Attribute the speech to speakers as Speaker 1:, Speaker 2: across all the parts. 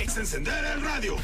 Speaker 1: Es encender el radio.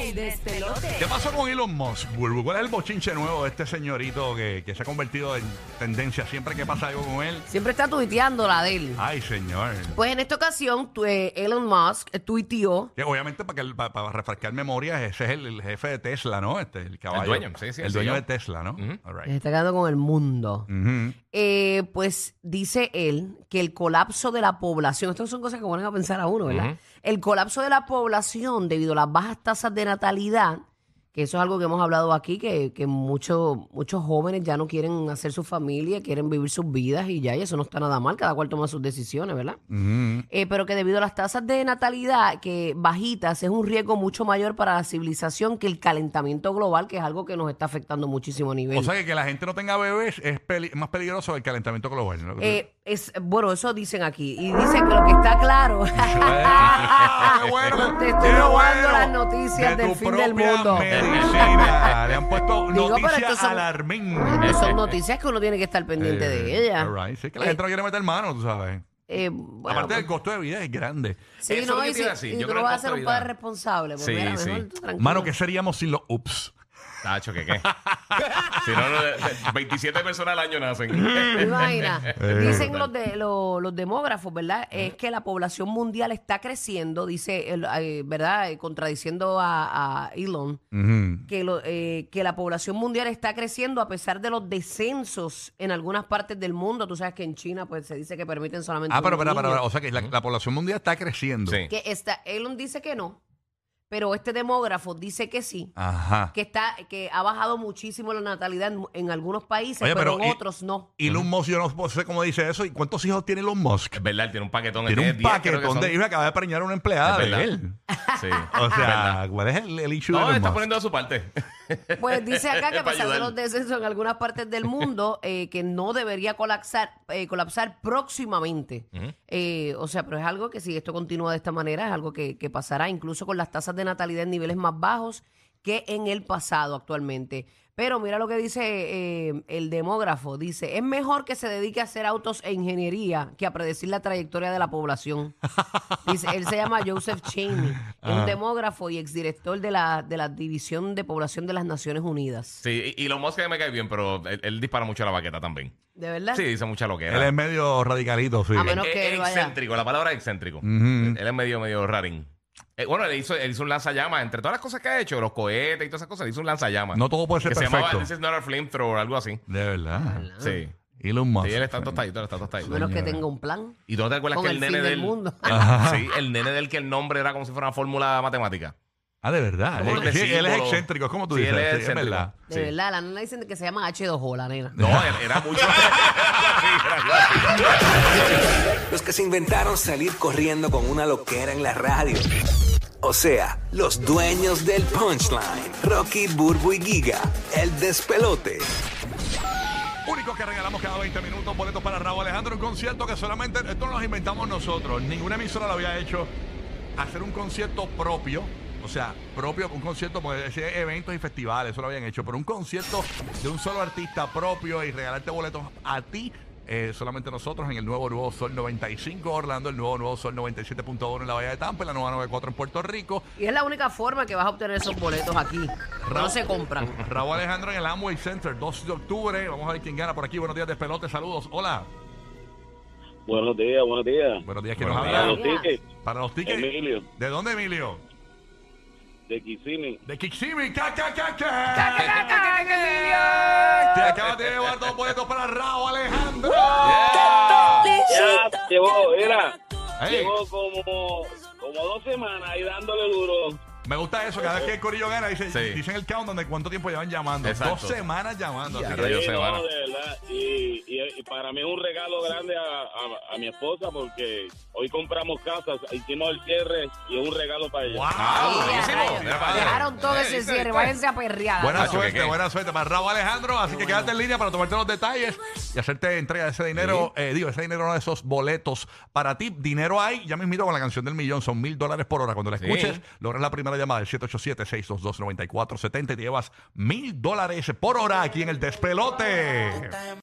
Speaker 2: El despelote.
Speaker 3: ¿Qué pasó con Elon Musk, Burbu? ¿Cuál es el bochinche nuevo de este señorito que, que se ha convertido en tendencia siempre que pasa algo con él?
Speaker 2: Siempre está tuiteando la de él.
Speaker 3: Ay, señor.
Speaker 2: Pues en esta ocasión, tu- eh, Elon Musk eh, tuiteó.
Speaker 3: Que obviamente, para, que el- pa- para refrescar memorias, ese es el, el jefe de Tesla, ¿no? Este, el caballo.
Speaker 4: dueño, sí, sí,
Speaker 3: El
Speaker 4: el
Speaker 3: dueño de
Speaker 4: señor.
Speaker 3: Tesla, ¿no?
Speaker 4: Ujú.
Speaker 3: All right.
Speaker 2: Se está quedando con el mundo.
Speaker 3: Ujú.
Speaker 2: Eh, pues dice él que el colapso de la población, estas son cosas que ponen a pensar a uno, ¿verdad?
Speaker 4: Ujú.
Speaker 2: El colapso de la población debido a las bajas tasas de natalidad, que eso es algo que hemos hablado aquí, que, que muchos muchos jóvenes ya no quieren hacer su familia, quieren vivir sus vidas y ya, y eso no está nada mal, cada cual toma sus decisiones, ¿verdad?
Speaker 3: Ujú.
Speaker 2: Eh, pero que debido a las tasas de natalidad que bajitas es un riesgo mucho mayor para la civilización que el calentamiento global, que es algo que nos está afectando muchísimo a nivel.
Speaker 3: O sea que que la gente no tenga bebés es peli- más peligroso que el calentamiento global. ¿no?
Speaker 2: Eh, es, bueno, eso dicen aquí. Y dicen que lo que está claro.
Speaker 3: Ah, qué bueno.
Speaker 2: Te estoy
Speaker 3: Qué
Speaker 2: robando
Speaker 3: bueno.
Speaker 2: las noticias
Speaker 3: De
Speaker 2: del
Speaker 3: tu
Speaker 2: fin del
Speaker 3: propia
Speaker 2: mundo.
Speaker 3: medicina. Le han puesto
Speaker 2: Digo, pero
Speaker 3: noticias
Speaker 2: estos son-
Speaker 3: alarmantes.
Speaker 2: Pero son noticias que uno tiene que estar pendiente de
Speaker 3: Eh,
Speaker 2: ellas.
Speaker 3: all right. Sí, que la gente no quiere meter mano, tú sabes.
Speaker 2: Eh, bueno, pues,
Speaker 3: Aparte del costo de vida es grande.
Speaker 2: sí,
Speaker 4: Eso es lo
Speaker 2: no,
Speaker 4: que
Speaker 2: y
Speaker 4: te
Speaker 2: si,
Speaker 4: iba a
Speaker 2: y
Speaker 4: decir. Yo
Speaker 2: tú
Speaker 4: creo
Speaker 2: no
Speaker 4: que
Speaker 2: vas a
Speaker 4: esta
Speaker 2: ser un
Speaker 4: vida-
Speaker 2: padre responsable. Porque
Speaker 4: Sí,
Speaker 2: era mejor
Speaker 4: sí.
Speaker 2: tú tranquilo.
Speaker 3: Mano, ¿qué seríamos sin los ups?
Speaker 4: Tacho, ¿qué qué? si no, no, 27 personas al año nacen.
Speaker 2: ¿Te imaginas?
Speaker 3: Eh,
Speaker 2: Dicen los, de, lo- los demógrafos, ¿verdad? Es que la población mundial está creciendo, dice, el- eh, ¿verdad? Eh, Contradiciendo a, a Elon,
Speaker 3: Ujú.
Speaker 2: que, lo- eh, que la población mundial está creciendo a pesar de los descensos en algunas partes del mundo. Tú sabes que en China pues se dice que permiten solamente...
Speaker 3: Ah, pero,
Speaker 2: un
Speaker 3: pero, pero,
Speaker 2: niño.
Speaker 3: o sea que la, la población mundial está creciendo.
Speaker 4: Sí.
Speaker 2: Que está, Elon dice que no, pero este demógrafo dice que sí.
Speaker 3: Ajá.
Speaker 2: Que, está, que ha bajado muchísimo la natalidad en, en algunos países,
Speaker 3: Oye,
Speaker 2: pero,
Speaker 3: pero
Speaker 2: en
Speaker 3: y-
Speaker 2: otros no.
Speaker 3: Y Elon Musk, yo no sé cómo dice eso. ¿Y cuántos hijos tiene Elon Musk?
Speaker 4: Es verdad, él tiene un paquetón. él
Speaker 3: Tiene
Speaker 4: 10,
Speaker 3: un
Speaker 4: creo que
Speaker 3: paquetón de
Speaker 4: son.
Speaker 3: hijos. Acaba de preñar a una empleada
Speaker 4: Es
Speaker 3: de
Speaker 4: verdad.
Speaker 3: él.
Speaker 4: Sí.
Speaker 3: O sea, ¿cuál es el, el issue
Speaker 4: No,
Speaker 3: de Elon
Speaker 4: está
Speaker 3: Musk?
Speaker 4: poniendo de su parte.
Speaker 2: Pues dice acá que a
Speaker 4: Para
Speaker 2: pesar de
Speaker 4: ayudar.
Speaker 2: los descensos en algunas partes del mundo, eh, que no debería colapsar, eh, colapsar próximamente. Eh, o sea, pero es algo que si esto continúa de esta manera, es algo que, que pasará incluso con las tasas de natalidad en niveles más bajos que en el pasado actualmente. Pero mira lo que dice eh, el demógrafo. Dice, es mejor que se dedique a hacer autos e ingeniería que a predecir la trayectoria de la población. Dice, él se llama Joseph Cheney, es
Speaker 4: Ah.
Speaker 2: un demógrafo y exdirector de la, de la División de Población de las Naciones Unidas.
Speaker 4: Sí, y, y los Musk me cae bien, pero él, él dispara mucho a la baqueta también.
Speaker 2: ¿De verdad?
Speaker 4: Sí, dice mucha
Speaker 3: Él
Speaker 4: loquera.
Speaker 3: es medio radicalito, sí.
Speaker 2: A menos-
Speaker 4: Es-
Speaker 2: Ah. que
Speaker 4: es
Speaker 2: él vaya.
Speaker 4: excéntrico, la palabra es excéntrico.
Speaker 3: Ujú.
Speaker 4: Él es medio, medio rarín. Eh, bueno, él hizo, él hizo un lanzallamas. Entre todas las cosas que ha hecho, los cohetes y todas esas cosas, él hizo un lanzallamas.
Speaker 3: No todo puede ser
Speaker 4: que se llamaba
Speaker 3: perfecto.
Speaker 4: This is not a flamethrower, algo así.
Speaker 3: De verdad.
Speaker 4: Sí.
Speaker 3: Elon Musk.
Speaker 4: Sí, él está tostadito, él está
Speaker 2: A
Speaker 4: tostadito.
Speaker 2: menos Ah. que tenga un plan.
Speaker 4: ¿Y tú no te acuerdas
Speaker 2: Con
Speaker 4: que
Speaker 2: el
Speaker 4: el nene
Speaker 2: fin del
Speaker 4: del
Speaker 2: mundo.
Speaker 4: el- sí, el nene del que el nombre era como si fuera una fórmula matemática.
Speaker 3: Ah, de verdad.
Speaker 4: Como
Speaker 3: Eh,
Speaker 4: los de
Speaker 3: sí, él es
Speaker 4: símbolo.
Speaker 3: excéntrico, es como tú
Speaker 4: Sí,
Speaker 3: dices.
Speaker 4: él es
Speaker 3: sí, es
Speaker 4: excéntrico.
Speaker 3: verdad.
Speaker 2: De
Speaker 4: Sí.
Speaker 2: verdad, la nena dicen que se llama H2O, la nena.
Speaker 4: No, era, era mucho. Era algo así.
Speaker 5: Los que se inventaron salir corriendo con una loquera en la radio. O sea, los dueños del punchline. Rocky, Burbu y Giga. El despelote.
Speaker 3: Único que regalamos cada 20 minutos boletos para Raúl Alejandro, un concierto que solamente esto no lo inventamos nosotros. Ninguna emisora lo había hecho hacer un concierto propio. O sea, propio, un concierto, porque decía eventos y festivales, eso lo habían hecho, pero un concierto de un solo artista propio y regalarte boletos a ti, eh, solamente nosotros en el nuevo Nuevo Sol 95 Orlando, el nuevo Nuevo Sol 97.1 en la Bahía de Tampa, en la nueva 94 en Puerto Rico,
Speaker 2: Y es la única forma que vas a obtener esos boletos aquí. No se compran.
Speaker 3: Raúl Alejandro en el Amway Center, 2 de octubre. Vamos a ver quién gana por aquí. Buenos días, despelote. Saludos. Hola.
Speaker 6: Buenos días, buenos días.
Speaker 3: Buenos días, ¿quién
Speaker 4: Buenos
Speaker 3: nos
Speaker 4: días.
Speaker 6: A
Speaker 3: habla?
Speaker 6: los tickets,
Speaker 3: Para los tickets.
Speaker 6: Emilio,
Speaker 3: ¿De dónde, Emilio?
Speaker 6: de Kissimmee.
Speaker 3: De Kissimmee. ¡Ca, ca, ca, ca! Te acabas de llevar dos boletos para Raúl Alejandro.
Speaker 6: Ya llevó, era,
Speaker 3: Ey,
Speaker 6: llevó como, como dos semanas ahí dándole duro.
Speaker 3: me gusta eso. Cada vez que el corillo gana, dice,
Speaker 4: Sí.
Speaker 3: dicen el countdown de cuánto tiempo llevan llamando.
Speaker 4: Exacto.
Speaker 3: Dos semanas llamando. así
Speaker 4: Ya,
Speaker 3: que-
Speaker 4: rayos. Yo
Speaker 6: Sí,
Speaker 4: sé,
Speaker 6: no,
Speaker 4: vara.
Speaker 6: de verdad. Y, y- y para mí es un regalo grande a, a- a mi esposa porque hoy compramos casas, hicimos el cierre y es un regalo para ella.
Speaker 3: ¡Wow!
Speaker 4: Ah, buenísimo.
Speaker 2: rayos.
Speaker 4: Mira, padre.
Speaker 2: Dejaron todo
Speaker 4: Eh,
Speaker 2: ese
Speaker 4: ¿viste?
Speaker 2: cierre, váyanse a perrear.
Speaker 3: Buena
Speaker 4: Nacho,
Speaker 3: suerte,
Speaker 4: ¿qué, qué?
Speaker 3: buena suerte para Raúl Alejandro. Así que quédate en línea para tomarte los detalles y hacerte entrega de ese dinero. eh, digo, ese dinero no de esos boletos para ti. Dinero hay, ya me invito con la canción del millón. Son mil dólares por hora. Cuando la
Speaker 4: Sí.
Speaker 3: escuches, logras la primera llamada del 787-622-9470 y te llevas mil dólares por hora aquí en el despelote.